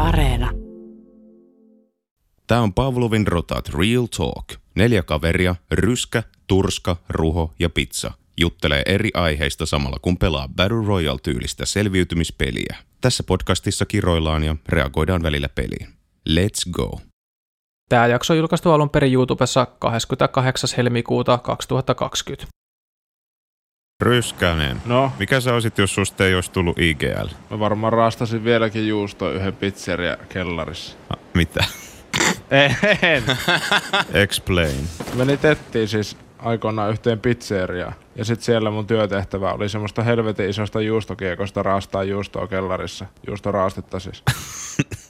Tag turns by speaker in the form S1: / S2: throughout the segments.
S1: Areena.
S2: Tämä on Pavlovin rotat Real Talk. Neljä kaveria, ryskä, turska, ruho ja pizza, juttelee eri aiheista samalla kun pelaa Battle Royale-tyylistä selviytymispeliä. Tässä podcastissa kiroillaan ja reagoidaan välillä peliin. Let's go!
S3: Tämä jakso julkaistu alun perin YouTubessa 28. helmikuuta 2020.
S2: Ryskänen,
S4: No,
S2: mikä sä olisit, jos susta ei olisi tullut IGL?
S4: mä varmaan raastasin vieläkin juustoa yhden pizzeria kellarissa.
S2: Mitä?
S4: En.
S2: Explain.
S4: Meni tettiin siis aikoinaan yhteen pizzeriaan. Ja sit siellä mun työtehtävä oli semmoista helvetin isosta juustokiekosta raastaa juustoa kellarissa. Juustoraastetta siis.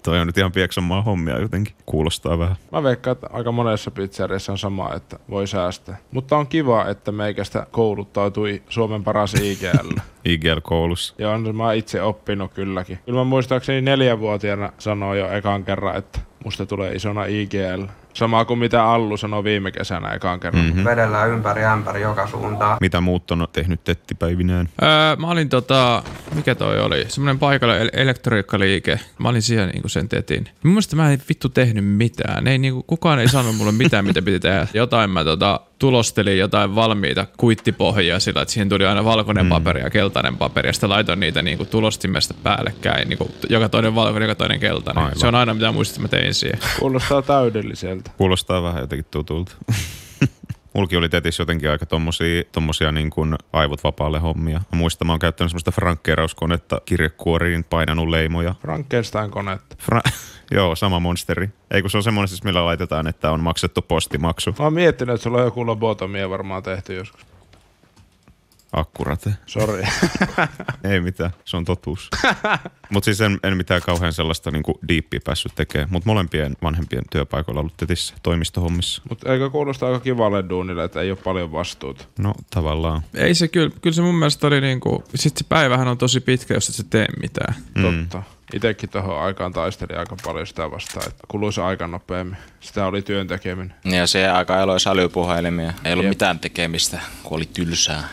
S2: Toi on nyt ihan pieksomaa hommia jotenkin. Kuulostaa vähän.
S4: Mä veikkaan, että aika monessa pizzeriassa on sama, että voi säästää. Mutta on kiva, että meikästä kouluttautui Suomen paras IGL.
S2: IGL-koulussa.
S4: Ja on se mä oon itse oppinut kylläkin. Kyllä mä muistaakseni neljänvuotiaana sanoi jo ekan kerran, että musta tulee isona IGL. Sama kuin mitä Allu sanoi viime kesänä ekan kerran. Mm.
S2: Mm-hmm.
S5: vedellään ympäri ämpäri joka suuntaan.
S2: Mitä muut on tehnyt tettipäivinään?
S6: Öö, mä olin tota, mikä toi oli? Semmoinen paikallinen el- elektroniikkaliike. Mä olin siellä niinku sen tetin. Mun mielestä mä en vittu tehnyt mitään. Ei, niinku, kukaan ei sanonut mulle mitään, mitä piti tehdä. Jotain mä tota, tulostelin jotain valmiita kuittipohjia sillä, että siihen tuli aina
S3: Mm.
S6: valkoinen paperi ja keltainen paperi. Ja sitten laitoin niitä niinku, tulostimesta päällekkäin. Niinku, joka toinen valkoinen, joka toinen keltainen.
S2: Aivan.
S6: Se on aina mitä muistin, että mä tein siihen.
S4: Kuulostaa täydelliseltä.
S2: Kuulostaa vähän jotenkin tutulta. Mulki oli tetissä jotenkin aika tommosia, tommosia niin kuin aivot vapaalle hommia. Mä muistan, mä oon käyttänyt semmoista frankkeerauskonetta kirjekuoriin, painanut leimoja.
S4: Frankenstein-konetta.
S2: Fra- Joo, sama monsteri. Ei kun se on semmoinen siis, millä laitetaan, että on maksettu postimaksu.
S4: Mä oon miettinyt, että sulla on joku lobotomia varmaan tehty joskus.
S2: Akkurate.
S4: Sori.
S2: Ei mitään, se on totuus. Mutta siis en, en mitään kauhean sellaista niinku diippiä päässyt tekemään. Mutta molempien vanhempien työpaikoilla ollut tetissä toimistohommissa.
S4: Mutta eikö kuulosta aika kivalle duunille, että ei ole paljon vastuuta.
S2: No tavallaan.
S6: Ei se kyllä, kyllä se mun mielestä oli niinku, sit se päivähän on tosi pitkä, jos et sä tee mitään.
S4: Mm. Totta. Itekin tuohon aikaan taistelin aika paljon sitä vastaan, että kuluisi aika nopeammin. Sitä oli työntekeminen.
S7: Ja se aika eloi älypuhelimia. Ei ollut
S4: Jep.
S7: mitään tekemistä, kun oli tylsää.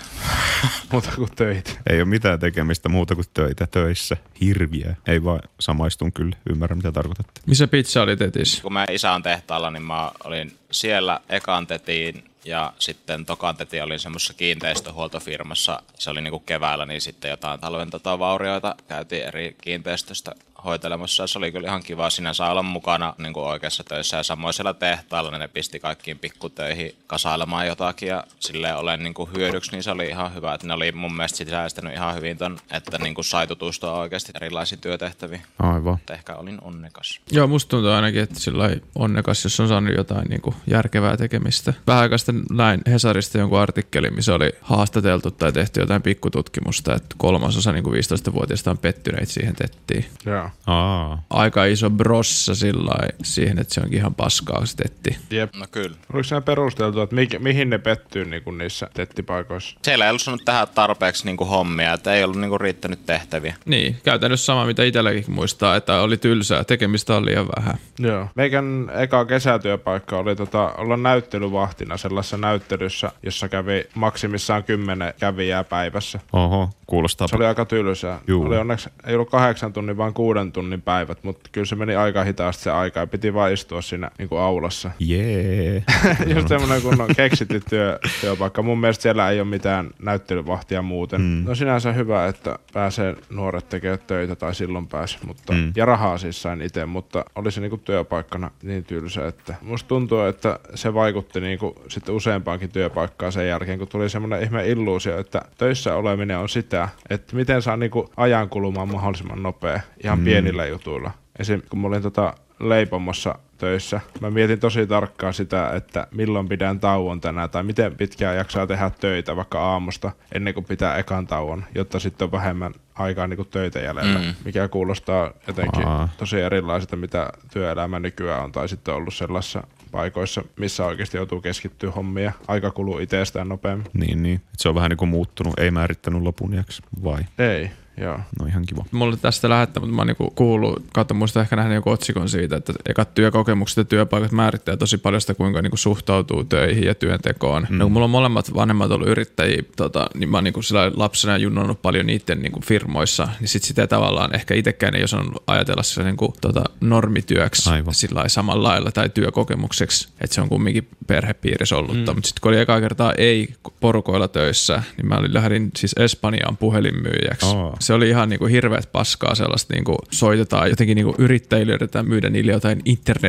S4: Muuta kuin töitä.
S2: Ei ole mitään tekemistä muuta kuin töitä töissä. Hirviä. Ei vaan samaistun kyllä. Ymmärrän mitä tarkoitatte.
S6: Missä pizza oli tetis?
S7: Kun mä isä on tehtaalla, niin mä olin siellä ekan tetiin ja sitten tokan tetiin olin semmoisessa kiinteistöhuoltofirmassa. Se oli niinku keväällä, niin sitten jotain talven tota vaurioita käytiin eri kiinteistöstä hoitelemassa. Se oli kyllä ihan kiva sinä saa olla mukana niin kuin oikeassa töissä ja samoin siellä tehtaalla niin ne pisti kaikkiin pikkutöihin kasailemaan jotakin ja silleen olen niin kuin hyödyksi, niin se oli ihan hyvä. Että ne oli mun mielestä sisäistänyt ihan hyvin ton, että niin kuin sai tutustua oikeasti erilaisiin työtehtäviin.
S2: Aivan.
S7: Että ehkä olin onnekas.
S6: Joo, musta tuntuu ainakin, että sillä lailla onnekas, jos on saanut jotain niin kuin järkevää tekemistä. Vähän aikaa sitten näin Hesarista jonkun artikkelin, missä oli haastateltu tai tehty jotain pikkututkimusta, että kolmasosa niin kuin 15-vuotiaista on pettyneet siihen tettiin.
S4: Joo.
S2: Aa.
S6: Aika iso brossa sillä lailla siihen, että se onkin ihan paskaa se tetti.
S4: Jep.
S7: No kyllä.
S4: Oliko siinä perusteltu, että mi- mihin ne pettyy niin kuin niissä tettipaikoissa?
S7: Siellä ei ollut saanut tähän tarpeeksi niinku hommia, että ei ollut niinku riittänyt tehtäviä.
S6: Niin, käytännössä sama mitä itselläkin muistaa, että oli tylsää, tekemistä oli liian vähän.
S4: Joo. Meikän eka kesätyöpaikka oli tota, olla näyttelyvahtina sellaisessa näyttelyssä, jossa kävi maksimissaan kymmenen kävijää päivässä.
S2: Oho, kuulostaa.
S4: Se oli aika tylsää.
S2: Juu.
S4: Oli onneksi, ei ollut kahdeksan tunnin, vaan kuuden tunnin päivät, mutta kyllä se meni aika hitaasti se aika ja piti vaan istua siinä niin kuin aulassa.
S2: Jee.
S4: Just semmoinen kunnon keksitty työ, työpaikka. Mun mielestä siellä ei ole mitään näyttelyvahtia muuten. Mm. No sinänsä hyvä, että pääsee nuoret tekemään töitä tai silloin pääsi. Mutta, mm. Ja rahaa siis sain itse, mutta oli se niinku työpaikkana niin tylsä, että musta tuntuu, että se vaikutti niinku sitten useampaankin työpaikkaan sen jälkeen, kun tuli semmoinen ihme illuusio, että töissä oleminen on sitä, että miten saa niinku ajan kulumaan mahdollisimman nopea ihan mm. pienillä jutuilla. Esim. kun mä olin tota leipomossa töissä. Mä mietin tosi tarkkaan sitä, että milloin pidän tauon tänään tai miten pitkään jaksaa tehdä töitä vaikka aamusta ennen kuin pitää ekan tauon, jotta sitten on vähemmän aikaa niin kuin töitä jäljellä, mm. mikä kuulostaa jotenkin
S2: Aa.
S4: tosi erilaiselta, mitä työelämä nykyään on tai sitten on ollut sellaisissa paikoissa, missä oikeasti joutuu keskittyä hommia. Aika kuluu itsestään nopeammin.
S2: niinku Niin, niin. Et se on vähän niin kuin muuttunut, ei määrittänyt lopun iäksi. Vai?
S4: Ei. Joo.
S2: No ihan kiva.
S6: Mulle tästä lähettää, mutta mä oon niinku kuullut, kautta muista ehkä nähnyt joku otsikon siitä, että ekat työkokemukset ja työpaikat määrittää tosi paljon sitä, kuinka niinku suhtautuu töihin ja työntekoon. Mm. No, kun mulla on molemmat vanhemmat ollut yrittäjiä, tota, niin mä oon niinku sillä lapsena junnannut paljon niiden niinku firmoissa, niin sit sitä tavallaan ehkä itsekään ei osannut ajatella sitä niinku, tota, normityöksi
S2: Aivan.
S6: sillä lailla samalla lailla tai työkokemukseksi, että se on kumminkin perhepiirissä ollutta. Mm. Mutta sitten kun oli ekaa kertaa ei porukoilla töissä, niin mä olin, lähdin siis Espanjaan puhelinmyyjäksi.
S2: Aa.
S6: Se oli ihan niinku hirveät paskaa sellaista, niinku soitetaan jotenkin niinku yrittäjille, yritetään myydä niille jotain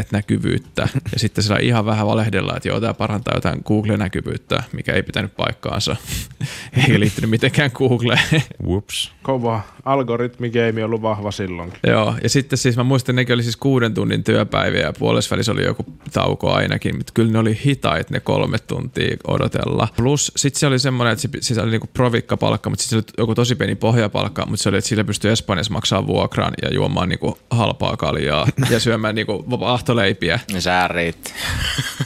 S6: internetnäkyvyyttä. ja sitten sillä ihan vähän valehdellaan, että joo, tämä parantaa jotain Google-näkyvyyttä, mikä ei pitänyt paikkaansa. ei liittynyt mitenkään Googleen.
S2: Whoops.
S4: Kova. Algoritmigeimi on ollut vahva silloin.
S6: Joo, ja sitten siis mä muistan, nekin oli siis kuuden tunnin työpäiviä ja puolessa oli joku tauko ainakin, mutta kyllä ne oli hitait ne kolme tuntia odotella. Plus sitten se oli semmoinen, että se, siis oli niinku provikkapalkka, mutta sitten se oli joku tosi pieni pohjapalkka, mutta se oli, että sillä pystyi Espanjassa maksaa vuokran ja juomaan niinku halpaa kaljaa ja syömään niinku ahtoleipiä.
S7: Niin sää riitti.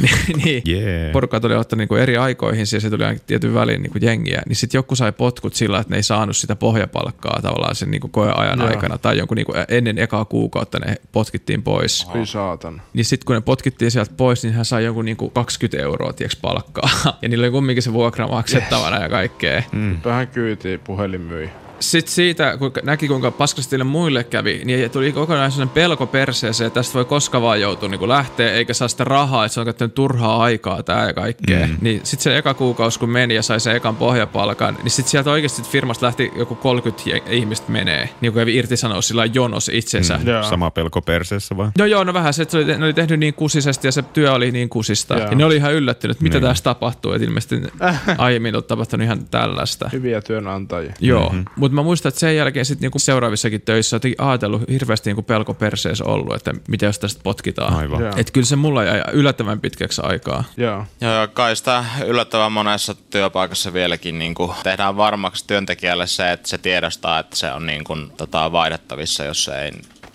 S6: Niin, niin.
S2: Jee.
S6: Porukat oli ottanut niinku eri aikoihin, siis se tuli ainakin tietyn väliin niinku jengiä, niin sitten joku sai potkut sillä, että ne ei saanut sitä pohjapalkkaa tavallaan sen niinku koeajan
S4: Joo.
S6: aikana tai jonkun niinku ennen ekaa kuukautta ne potkittiin pois.
S4: Hyi saatan.
S6: Niin sitten kun ne potkittiin sieltä pois, niin hän sai jonkun niinku 20 euroa tieks palkkaa. Ja niillä oli kumminkin se vuokra maksettavana ja kaikkea.
S4: Mm. Vähän kyytiin puhelin myi.
S6: Sitten siitä, kun näki kuinka paskasti niille muille kävi, niin tuli kokonaan sellainen pelko perseeseen, että tästä voi koska vaan joutua niin lähteä, eikä saa sitä rahaa, että se on käyttänyt turhaa aikaa tää ja kaikkea. Mm. Niin sitten se eka kuukausi, kun meni ja sai sen ekan pohjapalkan, niin sitten sieltä oikeasti firmasta lähti joku 30 je- ihmistä menee, niin kuin kävi irtisanoa sillä lailla jonos itsensä. Mm.
S4: Joo.
S2: Sama pelko perseessä vai?
S6: No joo, no vähän se, että se oli, ne oli tehnyt niin kusisesti ja se työ oli niin kusista.
S4: Joo.
S6: Ja ne oli ihan yllättynyt, että mitä niin. tässä tapahtuu, että ilmeisesti aiemmin on tapahtunut ihan tällaista.
S4: Hyviä työnantajia.
S6: Joo,
S2: Mhm.
S6: mm-hmm. mutta mä muistan, että sen jälkeen sit niinku seuraavissakin töissä otin ajatellut hirveästi niinku pelko perseessä ollut, että mitä jos tästä potkitaan.
S2: Aivan.
S4: Joo.
S6: Et kyllä se mulla jäi yllättävän pitkäksi aikaa.
S4: Joo.
S7: Joo, ja kai sitä yllättävän monessa työpaikassa vieläkin niin kuin, tehdään varmaksi työntekijälle se, että se tiedostaa, että se on niin kuin, tota, vaihdettavissa, jos se ei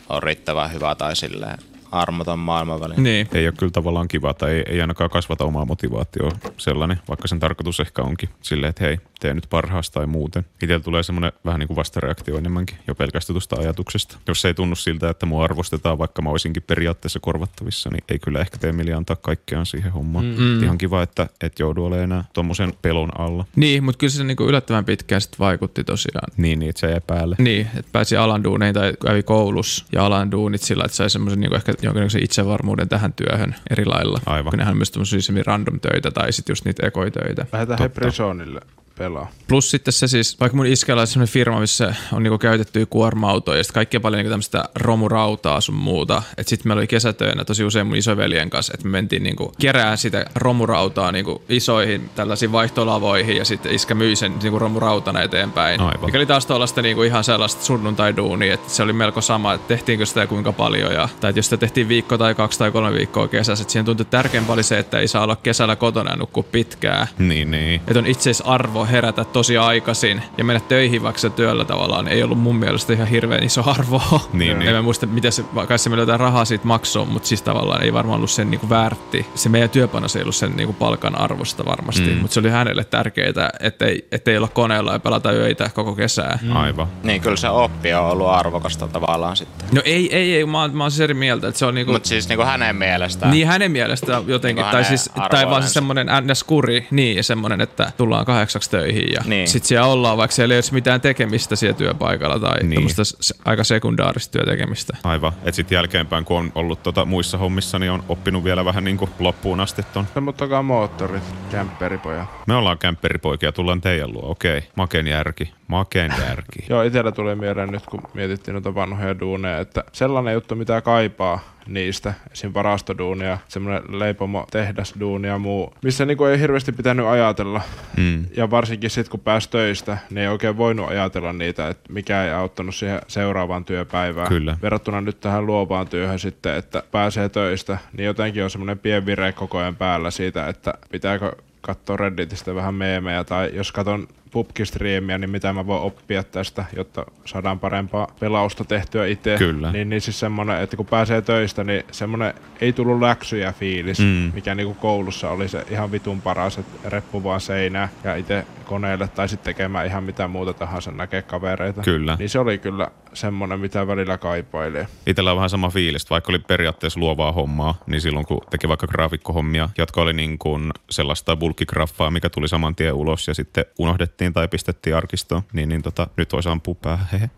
S7: ole riittävän hyvä tai silleen armoton maailman väliin.
S6: Niin.
S2: Ei ole kyllä tavallaan kiva tai ei, ei ainakaan kasvata omaa motivaatioa sellainen, vaikka sen tarkoitus ehkä onkin silleen, että hei, tee nyt parhaasta tai muuten. Itsellä tulee semmoinen vähän niin kuin vastareaktio enemmänkin jo pelkästään tuosta ajatuksesta. Jos se ei tunnu siltä, että mua arvostetaan, vaikka mä olisinkin periaatteessa korvattavissa, niin ei kyllä ehkä tee mieli antaa kaikkeaan siihen hommaan. Mm-hmm. Ihan kiva, että et joudu olemaan enää tuommoisen pelon alla.
S6: Niin, mutta kyllä se niinku yllättävän pitkään sit vaikutti tosiaan.
S2: Niin, niin, että se jää päälle.
S6: Niin, että pääsi alan duuneihin tai kävi koulussa ja alan duunit sillä, että sai semmoisen niinku ehkä jonkinlaisen itsevarmuuden tähän työhön eri lailla.
S2: Aivan.
S6: Kun nehän on myös tämmöisiä random töitä tai sitten just niitä ekoitöitä.
S4: Lähetään he Prisonille pelaa.
S6: Plus sitten se siis, vaikka mun iskellä on sellainen firma, missä on niinku käytettyä kuorma-autoja ja sitten kaikkea paljon niinku tämmöistä romurautaa sun muuta. Että sitten meillä oli kesätöinä tosi usein mun isoveljen kanssa, että me mentiin niinku kerää sitä romurautaa niinku isoihin tällaisiin vaihtolavoihin ja sitten iskä myi sen niinku romurautana eteenpäin.
S2: Aivan.
S6: Mikä oli taas tuollaista niinku ihan sellaista sunnuntai-duunia, että se oli melko sama, että tehtiinkö sitä ja kuinka paljon. Ja, tai että jos sitä tehtiin viikko tai kaksi tai kolme viikkoa kesässä, että siihen tuntui että tärkeämpää oli se, että ei saa olla kesällä kotona ja nukkua pitkään
S2: Niin, niin.
S6: että on itseisarvo herätä tosi aikaisin ja mennä töihin, vaikka se työllä tavallaan ei ollut mun mielestä ihan hirveän iso arvo.
S2: Niin, niin.
S6: En mä muista, mitä se, kai se meillä jotain rahaa siitä maksoi, mutta siis tavallaan ei varmaan ollut sen niinku väärti. Se meidän työpanos ei ollut sen niinku palkan arvosta varmasti, mm. mutta se oli hänelle tärkeää, ettei, ettei olla koneella ja pelata öitä koko kesää. Mm.
S2: Aivan.
S7: Niin kyllä se oppi on ollut arvokasta tavallaan sitten.
S6: No ei, ei, ei, mä, oon- mä oon siis eri mieltä, että se on niinku...
S7: Mutta siis niin kuin hänen mielestään.
S6: Niin hänen mielestään jotenkin,
S7: Niin
S6: tai,
S7: kuin
S6: siis,
S7: hänen
S6: tai vaan
S7: arvoinensa.
S6: se semmoinen NS-kuri, niin ja semmoinen, että tullaan kahdeksaksi töihin ja
S7: Niin.
S6: niin. sit siellä ollaan, vaikka siellä ei olisi mitään tekemistä siellä työpaikalla tai
S2: Niin.
S6: niin. tämmöistä s- aika sekundaarista työtekemistä.
S2: Aivan. Et sit jälkeenpäin, kun on ollut tota muissa hommissa, niin on oppinut vielä vähän niin kuin loppuun asti ton
S4: Semmottakaa moottorit, kämppäripoja.
S2: Me ollaan kämpperipoikia, tullaan teidän luo. Okei, maken järki, maken järki.
S4: Joo, itsellä tuli mieleen nyt, kun mietittiin noita vanhoja duuneja, että sellainen juttu, mitä kaipaa niistä, esim. varastoduunia, semmoinen leipomo, tehdasduuni ja muu, missä niinku ei hirveästi pitänyt ajatella. Mm. Ja varsinkin sitten, kun pääsi töistä, niin ei oikein voinut ajatella niitä, että mikä ei auttanut siihen seuraavaan työpäivään.
S2: Kyllä.
S4: Verrattuna nyt tähän luovaan työhön sitten, että pääsee töistä, niin jotenkin on semmoinen pien vire koko ajan päällä siitä, että pitääkö katsoa Redditistä vähän meemejä tai jos katson pubkistriimiä, niin mitä mä voin oppia tästä, jotta saadaan parempaa pelausta tehtyä itse.
S2: Kyllä.
S4: Niin, niin siis semmoinen, että kun pääsee töistä, niin semmoinen ei tullut läksyjä fiilis, mm. mikä niinku koulussa oli se ihan vitun paras, että reppu vaan seinää ja itse koneelle tai sitten tekemään ihan mitä muuta tahansa, näkee kavereita.
S2: Kyllä.
S4: Niin se oli kyllä semmoinen, mitä välillä kaipailee.
S2: Itsellä on vähän sama fiilis, että vaikka oli periaatteessa luovaa hommaa, niin silloin kun teki vaikka graafikkohommia, jotka oli niin kuin sellaista bulkkigraffaa, mikä tuli saman tien ulos ja sitten unohdettiin tai pistettiin arkistoon, niin, niin tota, nyt voisi ampua päähän. Hehe.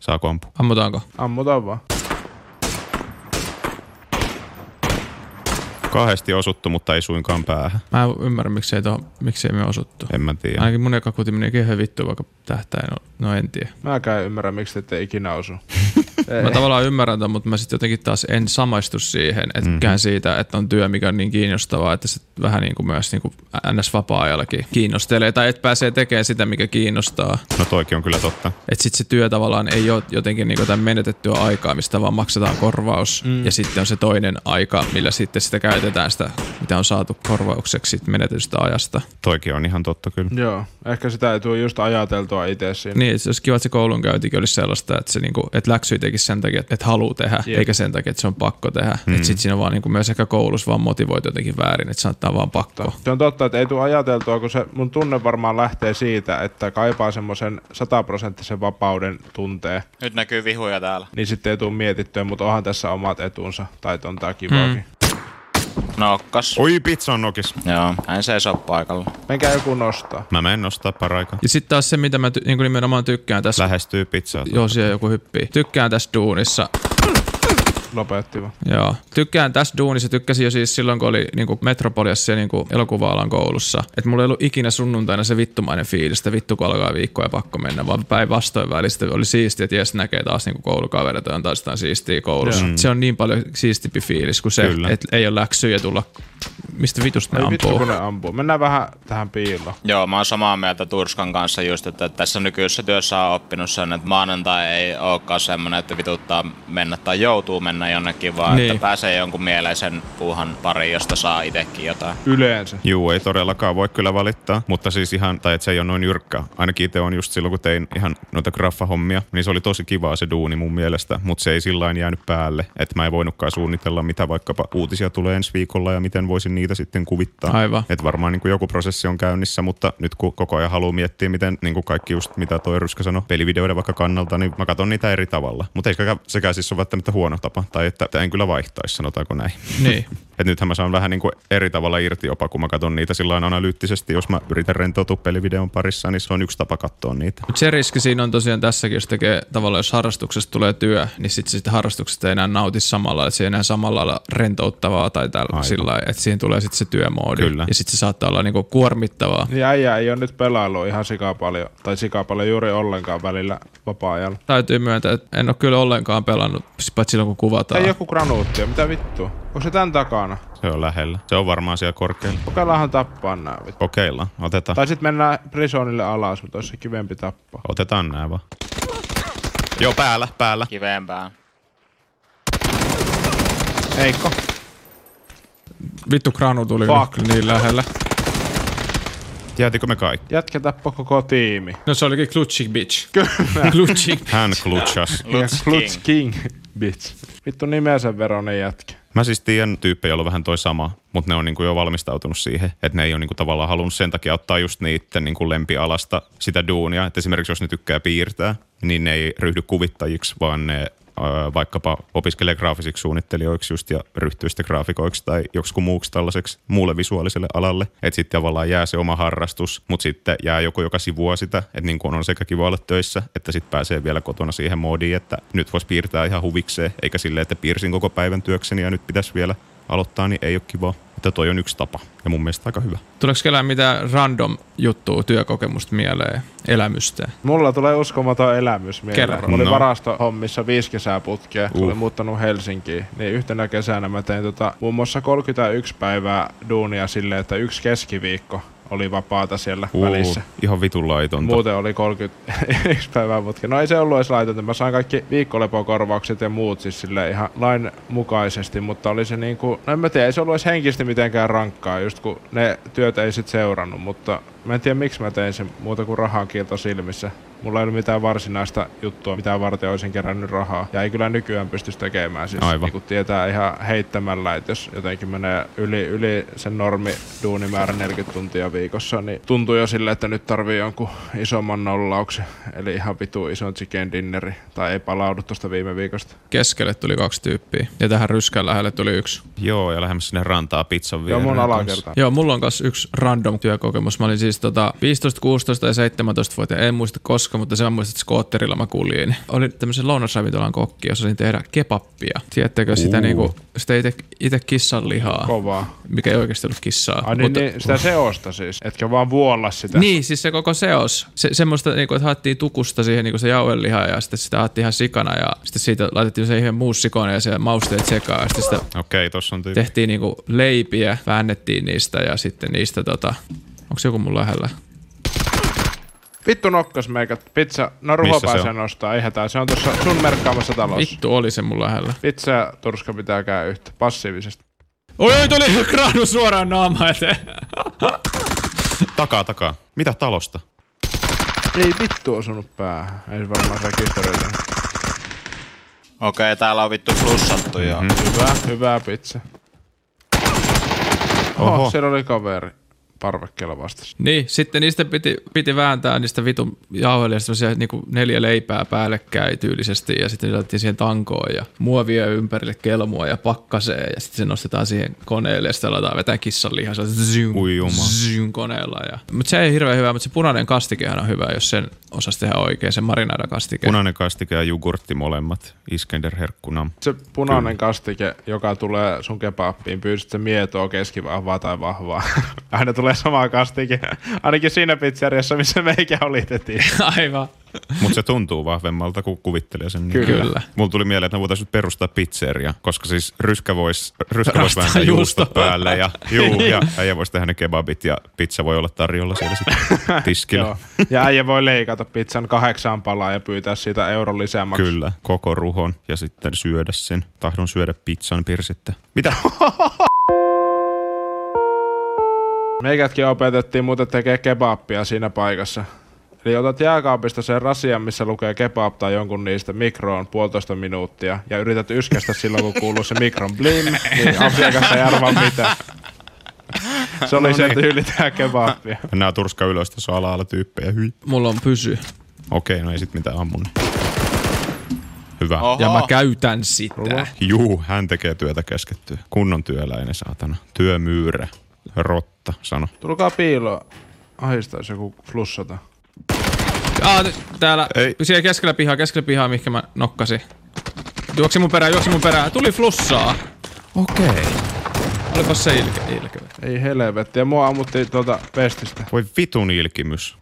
S2: Saako ampua?
S6: Ammutaanko?
S4: Ammutaan vaan.
S2: Kahdesti osuttu, mutta ei suinkaan päähän.
S6: Mä en ymmärrä, miksei, to, miksei me osuttu.
S2: En mä tiedä.
S6: Ainakin mun eka kuti meni kehä vittu, vaikka tähtäin on. No en tiedä.
S4: Mäkään en ymmärrä, miksi te ette ikinä osu.
S6: Mä tavallaan ymmärrän tämän, mutta mä sitten jotenkin taas en samaistu siihen,
S7: Mhm.
S6: etkään mm-hmm. siitä, että on työ, mikä on niin kiinnostavaa, että se vähän niin kuin myös niin kuin ns. vapaa-ajallakin kiinnostelee, tai et pääsee tekemään sitä, mikä kiinnostaa.
S2: No toikin on kyllä totta.
S6: Että sitten se työ tavallaan ei ole jotenkin niin tämän menetettyä aikaa, mistä vaan maksetaan korvaus. Mm. Ja sitten on se toinen aika, millä sitten sitä käytetään sitä, mitä on saatu korvaukseksi siitä menetystä ajasta.
S2: Toikin on ihan totta kyllä.
S4: Joo, ehkä sitä ei tule just ajateltua itse siinä.
S6: Niin, se olisi kiva, että se koulunkäyntikin olisi sellaista, että, se niinku, että läksyjä tekisi sen takia, että haluaa tehdä,
S4: Jep.
S6: Jep. eikä sen takia, että se on pakko tehdä. Mm. Että sitten siinä on vaan niinku, myös ehkä koulussa vaan motivoitu jotenkin väärin, että sanotaan vaan pakko.
S4: Se on totta, että ei tule ajateltua, kun se mun tunne varmaan lähtee siitä, että kaipaa semmoisen sataprosenttisen vapauden tunteen,
S7: Nyt näkyy vihuja täällä.
S4: niin sitten ei tule mietittyä, mutta onhan tässä omat etunsa, tai että on tää kivaakin. Mm.
S7: Nokkas.
S2: Oi, pizza on nokis.
S7: Joo, hän seisoo paikalla.
S4: Menkää joku nostaa.
S2: Mä menen nostaa paraikaa.
S6: Ja sitten taas se, mitä mä ty- niinku nimenomaan tykkään tässä.
S2: Lähestyy pizzaa.
S6: Joo, siellä joku hyppii. Tykkään tässä duunissa.
S4: Lopetti vaan.
S6: Joo. Tykkään tässä duunissa, tykkäsin jo siis silloin, kun oli niinku Metropoliassa ja niinku elokuva-alan koulussa. Että mulla ei ollut ikinä sunnuntaina se vittumainen fiilis, että vittu kun alkaa viikkoa ja pakko mennä, vaan päinvastoin välistä oli siistiä, että jes näkee taas niinku koulukavereita ja on taas jotain siistiä koulussa. Se on niin paljon siistipi fiilis kuin se,
S2: Kyllä.
S6: että ei ole läksyjä tulla. Mistä vitusta ne
S4: Ei vittu,
S6: ampuu?
S4: kun ne ampuu. Mennään vähän tähän piiloon.
S7: Joo, mä oon samaa mieltä Turskan kanssa just, että tässä nykyisessä työssä on oppinut sen, että maanantai ei olekaan semmoinen, että vituttaa mennä tai joutuu mennä jonnekin, vaan
S6: Niin.
S7: niin. että pääsee jonkun mieleisen puuhan pariin, josta saa itsekin jotain.
S4: Yleensä.
S2: Juu, ei todellakaan voi kyllä valittaa, mutta siis ihan, tai että se ei ole noin jyrkkä. Ainakin itse on just silloin, kun tein ihan noita graffahommia, niin se oli tosi kivaa se duuni mun mielestä, mutta se ei sillä lailla jäänyt päälle, että mä en voinutkaan suunnitella, mitä vaikkapa uutisia tulee ensi viikolla ja miten voisin niitä sitten kuvittaa.
S6: Aivan.
S2: Et varmaan niin kuin joku prosessi on käynnissä, mutta nyt kun koko ajan haluaa miettiä, miten niin kuin kaikki just mitä toi Ryskä sanoi pelivideoiden vaikka kannalta, niin mä katson niitä eri tavalla. Mutta ei sekään, sekään siis ole välttämättä huono tapa, tai että että en kyllä vaihtaisi, sanotaanko näin.
S6: Niin.
S2: Et nythän mä saan vähän niin kuin eri tavalla irti jopa, kun mä katson niitä sillä lailla analyyttisesti. Jos mä yritän rentoutua pelivideon parissa, niin se on yksi tapa katsoa niitä.
S6: Mutta se riski siinä on tosiaan tässäkin, jos tekee tavallaan, jos harrastuksesta tulee työ, niin sitten sit harrastuksesta ei enää nauti samalla, että se ei enää samalla lailla rentouttavaa tai tällä
S2: Aivan.
S6: sillä lailla, että siihen tulee sitten se työmoodi.
S2: Kyllä.
S6: Ja sitten se saattaa olla niinku kuormittavaa.
S4: Niin äijä ei ole nyt pelailu ihan sikaa paljon, tai sikaa paljon juuri ollenkaan välillä vapaa-ajalla.
S6: Täytyy myöntää, että en ole kyllä ollenkaan pelannut, paitsi silloin kun kuvataan.
S4: Tai joku granuuttia, mitä vittua? Onko se tän takana?
S2: Se on lähellä. Se on varmaan siellä korkealla.
S4: Kokeillaanhan tappaa nää vittu.
S2: Kokeillaan. Otetaan.
S4: Tai sitten mennään prisonille alas, mutta olisi se kivempi tappaa.
S2: Otetaan nää vaan. Joo, päällä, päällä.
S7: Kivempää.
S4: Heikko.
S6: Vittu Granu tuli
S4: Fuck.
S6: kyllä niin lähellä.
S2: Jäätikö me kaikki?
S4: Jätkä tappoi koko tiimi.
S6: No se olikin Klutschik bitch. Kyllä. Klutschik.
S2: Hän klutchas.
S7: Lutz
S4: Lutz
S7: King.
S4: King. Bitch. Vittu nimensä veronen niin jätkä.
S2: Mä siis tiedän tyyppejä, joilla on vähän toi sama, mutta ne on niinku jo valmistautunut siihen, että ne ei ole niinku tavallaan halunnut sen takia ottaa just niiden niinku lempialasta sitä duunia. Et esimerkiksi jos ne tykkää piirtää, niin ne ei ryhdy kuvittajiksi, vaan ne öö, vaikkapa opiskelee graafisiksi suunnittelijoiksi just ja ryhtyy sitten graafikoiksi tai joksiku muuksi tällaiseksi muulle visuaaliselle alalle. Että sitten tavallaan jää se oma harrastus, mutta sitten jää joku, joka sivua sitä, että niin kun on sekä kiva olla töissä, että sitten pääsee vielä kotona siihen moodiin, että nyt voisi piirtää ihan huvikseen, eikä silleen, että piirsin koko päivän työkseni ja nyt pitäisi vielä aloittaa, niin ei ole kiva. Että toi on yksi tapa ja mun mielestä aika hyvä.
S6: Tuleeko kellään mitään random juttua työkokemusta mieleen, elämystä?
S4: Mulla tulee uskomaton elämys mieleen.
S6: Kerro.
S4: Mä olin
S2: No.
S4: no. varastohommissa viisi kesää putkea,
S2: Uh.
S4: uh. olin muuttanut Helsinkiin. Niin yhtenä kesänä mä tein tota, muun muassa 31 päivää duunia silleen, että yksi keskiviikko oli vapaata siellä
S2: Uu,
S4: välissä.
S2: Ihan vitun laitonta.
S4: Muuten oli 31 päivää putkea. No ei se ollut edes laitonta. Mä sain kaikki viikkolepokorvaukset ja muut siis sille ihan lain mukaisesti, mutta oli se niinku, no en mä tiedä, ei se ollut edes henkisesti mitenkään rankkaa, just kun ne työt ei sit seurannut, mutta mä en tiedä miksi mä tein sen muuta kuin rahan kielto silmissä. Mulla ei ollut mitään varsinaista juttua, mitä varten olisin kerännyt rahaa. Ja ei kyllä nykyään pystyisi tekemään. Siis
S2: Aivan.
S4: Niin tietää ihan heittämällä, että jos jotenkin menee yli, yli sen normi duunimäärä 40 tuntia viikossa, niin tuntuu jo sille, että nyt tarvii jonkun isomman nollauksen. Eli ihan vitu ison chicken dinneri. Tai ei palaudu tuosta viime viikosta.
S6: Keskelle tuli kaksi tyyppiä ja tähän ryskän lähelle tuli yksi.
S2: Joo, ja lähemmäs sinne rantaa pizzan
S4: Joo,
S2: viereen.
S4: mun
S2: kanssa.
S4: alakertaan.
S6: Joo, mulla on myös yksi random työkokemus. Mä olin siis tota 15, 16 ja 17 vuotta. En muista koska, mutta se mä muistan, että skootterilla mä kuljin. Oli tämmöisen lounasravintolan kokki, jossa olin tehdä kebappia. Tiedättekö sitä, niinku, sitä ite, ite kissan lihaa,
S4: Kovaa.
S6: mikä ei oikeasti ollut kissaa.
S4: Ai niin,
S6: mutta,
S4: niin, sitä seosta siis. Etkä vaan vuolla sitä.
S6: Niin, siis se koko seos. Se, semmoista, niinku, että haettiin tukusta siihen niinku se jauhelihaa ja sitten sitä haettiin ihan sikana ja sitten siitä laitettiin se yhden muussikon ja se mausteet sekaan ja sitten sitä
S2: Okei, tossa on tyyppi.
S6: tehtiin niinku leipiä, väännettiin niistä ja sitten niistä tota... Onko joku mun lähellä?
S4: Vittu nokkas meikä. Pizza. No ruho
S2: Missä se
S4: pääsee
S2: on? Niin.
S4: nostaa. Ei hätää. Se on tuossa sun merkkaamassa talossa.
S6: Vittu oli se mun lähellä.
S4: Pizza turska pitää käy yhtä. Passiivisesti.
S6: Oi, oi, tuli kraanu suoraan naama eteen.
S2: Takaa, takaa. Mitä talosta?
S4: Ei vittu osunut päähän. Ei se varmaan rekisteröity.
S7: Okei, okay, täällä on vittu plussattu jo. Mm-hmm.
S4: Hyvä, hyvä pizza. Oho,
S2: Oho.
S4: Oho. siellä oli kaveri parvekkeella vastassa.
S6: Niin, sitten niistä piti, piti vääntää niistä vitun jauhelijoista semmosia niinku neljä leipää päällekkäin tyylisesti ja sitten ne laitettiin siihen tankoon ja muovia ympärille kelmua ja pakkaseen ja sitten se nostetaan siihen koneelle ja sitten aletaan vetää kissan lihaa zoom,
S2: Ui juma.
S6: zoom koneella. Ja... Mutta se ei hirveän hyvä, mutta se punainen kastikehan on hyvä, jos sen osasi tehdä oikein, se marinada kastike.
S2: Punainen kastike ja jogurtti molemmat. Iskender herkkunam.
S4: Se punainen Kyllä. kastike, joka tulee sun kebappiin, pyysit se mietoa, keskivahvaa tai vahvaa. Aina tulee sama kastike. Ainakin siinä pizzeriassa, missä meikä olitettiin.
S6: Aivan.
S2: Mutta se tuntuu vahvemmalta, kun kuvittelee sen. Niin.
S4: Kyllä.
S6: Kyllä.
S2: Mulla tuli mieleen, että me voitaisiin nyt perustaa pizzeria, koska siis ryskä voisi ryskä vois
S6: Rastaa
S2: vääntää juusto
S6: juustoa. Niin.
S2: päälle ja, juu, ja äijä voisi tehdä ne kebabit ja pizza voi olla tarjolla siellä sitten tiskillä.
S4: Joo. Ja äijä voi leikata pizzan kahdeksaan palaa ja pyytää siitä euron lisämaksu.
S2: Kyllä, koko ruhon ja sitten syödä sen. Tahdon syödä pizzan pirsittä. Mitä?
S4: Meikätkin opetettiin muuten tekee kebabia siinä paikassa. Eli otat jääkaapista sen rasian, missä lukee kebab tai jonkun niistä mikroon puolitoista minuuttia ja yrität yskästä silloin, kun kuuluu se mikron blim, niin asiakas ei arvaa mitään. Se oli no
S2: niin.
S4: se tyyli tehdä kebabia.
S2: Nämä turska ylös tässä ala tyyppejä. Hyi.
S6: Mulla on pysy.
S2: Okei, no ei sit mitään ammun. Hyvä.
S7: Oho,
S6: Ja mä käytän sitä.
S2: Juu, hän tekee työtä käskettyä. Kunnon työläinen, saatana. Työmyyrä. Rotta, sano.
S4: Tulkaa piiloon. Ahistaisi joku flussata.
S6: Aa, nyt täällä.
S2: Ei.
S6: Ei. Siellä keskellä pihaa, keskellä pihaa, mihinkä mä nokkasin. Juoksi mun perään, juoksi mun perään. Tuli flussaa.
S2: Okei. Okay.
S6: Olipas se ilke, ilke.
S4: Ei helvettiä, mua ammuttiin tuolta pestistä.
S2: Voi vitun ilkimys.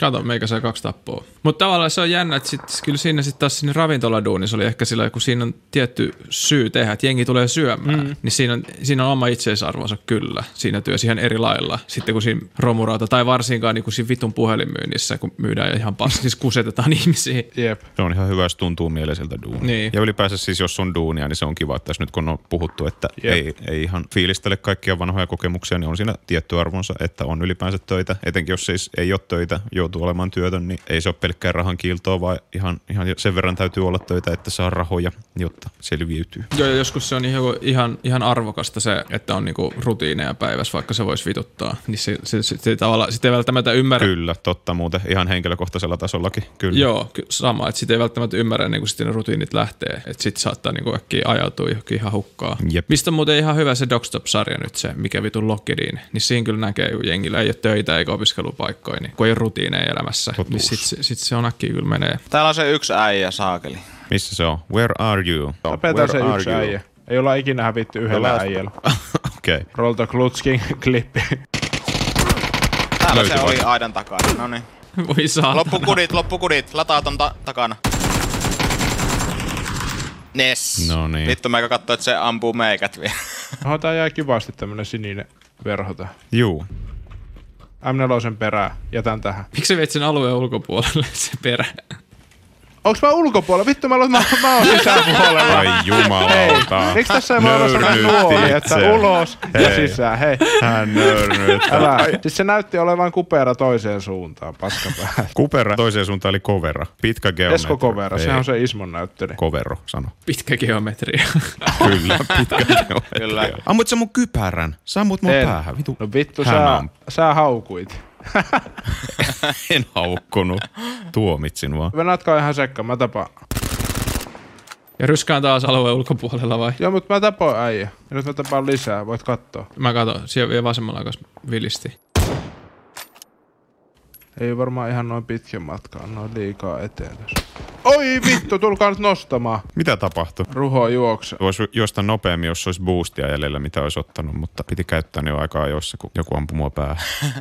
S6: Kato, meikä sai kaksi tappoa. Mutta tavallaan se on jännä, että sit, kyllä siinä sitten taas sinne ravintoladuunissa oli ehkä sillä, kun siinä on tietty syy tehdä, että jengi tulee syömään, mm. niin siinä on, siinä on oma itseisarvonsa kyllä. Siinä työssä ihan eri lailla. Sitten kun siinä romurauta, tai varsinkaan niin kuin siinä vitun puhelinmyynnissä, kun myydään ihan pas, siis kusetetaan ihmisiä.
S4: Jep.
S2: Se on ihan hyvä, jos tuntuu mieliseltä duunia.
S6: Niin.
S2: Ja ylipäänsä siis, jos on duunia, niin se on kiva, että tässä nyt kun on puhuttu, että
S4: Jep.
S2: ei, ei ihan fiilistele kaikkia vanhoja kokemuksia, niin on siinä tietty arvonsa, että on ylipäänsä töitä. Etenkin jos siis ei ole töitä, joutuu olemaan työtön, niin ei se ole pelkkää rahan kiiltoa, vaan ihan, ihan sen verran täytyy olla töitä, että saa rahoja, jotta selviytyy.
S6: Joo, ja joskus se on ihan, ihan, ihan arvokasta se, että on niinku rutiineja päivässä, vaikka se voisi vituttaa. Niin se, se, se, se tavallaan, sit ei välttämättä ymmärrä.
S2: Kyllä, totta muuten. Ihan henkilökohtaisella tasollakin, kyllä.
S6: Joo, ky- sama, että sitten ei välttämättä ymmärrä, niin kun sitten ne rutiinit lähtee. Että sitten saattaa niin äkkiä ajautua johonkin ihan hukkaan.
S2: Jep.
S6: Mistä on muuten ihan hyvä se Dogstop-sarja nyt se, mikä vitun Lockediin. Niin siinä kyllä näkee, kun jengillä ei ole töitä eikä opiskelupaikkoja, niin kun ei ole rutiineja elämässä.
S2: Totuus.
S6: Niin sitten sit, sit se on äkkiä kyllä menee.
S7: Täällä on se yksi äijä, saakeli.
S2: Missä se on? Where are you?
S4: Tapetaan se
S2: Where
S4: yksi
S2: are you?
S4: äijä. Ei olla ikinä hävitty yhdellä
S2: last-
S4: äijällä.
S2: Okei. Okay.
S4: Rolta Klutskin klippi.
S7: Täällä
S2: Löytyi
S7: se oli
S2: vai?
S7: aidan takana. No niin.
S6: Voi saa.
S7: Loppukudit, loppukudit. Lataa ton ta- takana. Nes.
S2: No niin.
S7: No niin. Vittu, mä katsoin, että se ampuu meikät vielä.
S4: Oho, tää jää kivasti tämmönen sininen verhota.
S2: Juu.
S4: M4 perää, jätän tähän.
S6: Miksi sä veit sen alueen ulkopuolelle se perä?
S4: Onks mä ulkopuolella? Vittu mä luulen, mä, mä oon sisäpuolella.
S2: Ai jumalauta.
S4: Miksi tässä ei maailmassa ole
S2: Nöyryytti
S4: nuoli, että
S2: itseään.
S4: ulos ja
S2: Hei.
S4: sisään, hei.
S2: Hän nöyryyttää.
S4: Älä. Siis se näytti olevan kupera toiseen suuntaan, paskapää.
S2: Kupera toiseen suuntaan oli kovera. Pitkä geometri.
S4: Esko Kovera,
S2: Ei,
S4: se on se Ismon näytteli.
S2: Kovero, sano.
S6: Pitkä geometria.
S2: Kyllä, pitkä geometri.
S7: Kyllä.
S2: Ammut sä mun kypärän. Sä ammut mun
S4: En.
S2: päähän. Vitu.
S4: No vittu, sä,
S2: Hänampi.
S4: sä haukuit.
S2: En haukkunut. Tuomitsin vaan.
S4: Venatkaa ihan sekka, mä tapaan.
S6: Ja ryskään taas alueen ulkopuolella vai?
S4: Joo, mutta mä tapoin äijä. Ja nyt mä tapaan lisää, voit kattoo.
S6: Mä katon, siellä vielä vasemmalla alkaisi vilisti.
S4: Ei varmaan ihan noin pitkän matkaan, noin liikaa eteen tässä. Oi vittu, tulkaa nyt nostamaan.
S2: Mitä tapahtui?
S4: Ruho juokse.
S2: Voisi juosta nopeammin, jos olisi boostia jäljellä, mitä olisi ottanut, mutta piti käyttää ne jo aika ajoissa, kun joku ampui mua päähän.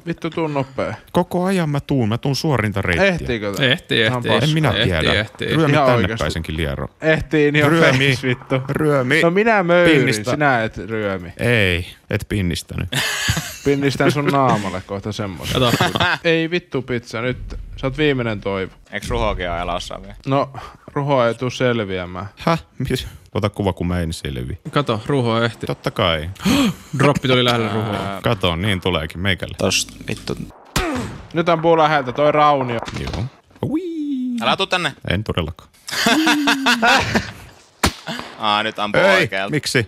S4: Vittu, tuu nopea.
S2: Koko ajan mä tuun, mä tuun suorinta reittiä.
S4: Ehtiikö tää?
S6: Ehtii,
S4: Ihan
S6: ehtii.
S4: paska.
S2: En minä
S6: Ehtii,
S2: tiedä.
S6: ehtii.
S2: Ryömi
S4: Ihan
S2: tänne
S4: oikeasti.
S2: päisenkin liero.
S4: Ehtii, niin on
S2: Ryömi.
S4: Ryömi. vittu.
S2: Ryömi.
S4: No minä möyrin,
S2: Pinnistä.
S4: sinä et ryömi.
S2: Ei, et pinnistänyt.
S4: Pinnistän sun naamalle kohta semmoisen.
S6: Kato,
S4: Ei vittu pizza, nyt sä oot viimeinen toivo.
S7: Eikö ruhokin ole elossa vielä?
S4: No, Ruho ei tuu selviämään.
S2: Häh? Mis? Ota kuva, kun mä en selvi.
S6: kato, ruho ehti.
S2: Totta kai.
S6: Droppi tuli lähelle ruhoa.
S2: Kato, niin tuleekin meikälle.
S7: Tosta vittu.
S4: Nyt ampuu läheltä toi Raunio.
S2: Joo. Ui.
S7: Älä tuu tänne.
S2: En todellakaan.
S7: Aa, nyt ampuu
S2: Ei,
S7: oikealta.
S2: miksi?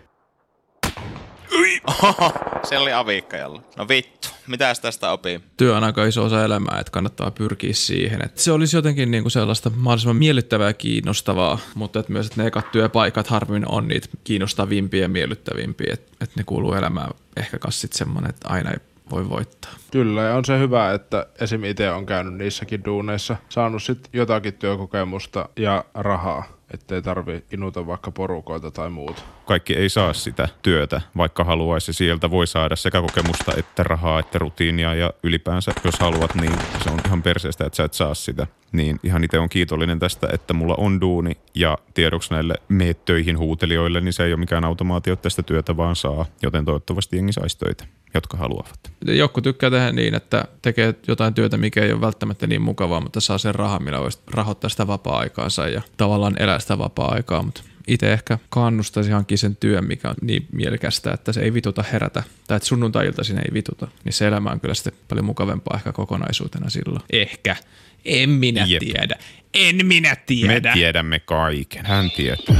S7: Se oli aviikkajalla. No vittu. Mitäs tästä opii?
S6: työ on aika iso osa elämää, että kannattaa pyrkiä siihen. Että se olisi jotenkin niin kuin sellaista mahdollisimman miellyttävää ja kiinnostavaa, mutta että myös että ne ekat työpaikat harvemmin on niitä kiinnostavimpia ja miellyttävimpiä, että, että ne kuuluu elämään ehkä kas sit semmoinen, että aina ei voi voittaa.
S4: Kyllä, ja on se hyvä, että esim. itse on käynyt niissäkin duuneissa, saanut sit jotakin työkokemusta ja rahaa, ettei tarvi inuta vaikka porukoita tai muuta.
S2: Kaikki ei saa sitä työtä, vaikka haluaisi. Sieltä voi saada sekä kokemusta, että rahaa, että rutiinia ja ylipäänsä, jos haluat, niin se on ihan perseestä, että sä et saa sitä. Niin ihan itse on kiitollinen tästä, että mulla on duuni ja tiedoksi näille mene töihin huutelijoille, niin se ei ole mikään automaatio, että tästä työtä vaan saa. Joten toivottavasti jengi saisi töitä, jotka haluavat.
S6: Joku tykkää tehdä niin, että tekee jotain työtä, mikä ei ole välttämättä niin mukavaa, mutta saa sen rahan, millä voisi rahoittaa sitä vapaa-aikaansa ja tavallaan elää sitä vapaa-aikaa, mutta itse ehkä kannustaisi hankkia sen työn, mikä on niin mielekästä, että se ei vituta herätä, tai että sunnuntai-ilta siinä ei vituta, niin se elämä on kyllä sitten paljon mukavampaa ehkä kokonaisuutena silloin. Ehkä. En minä
S2: Jep.
S6: tiedä. En minä
S2: Me
S6: tiedä.
S2: tiedämme kaiken. Hän tietää.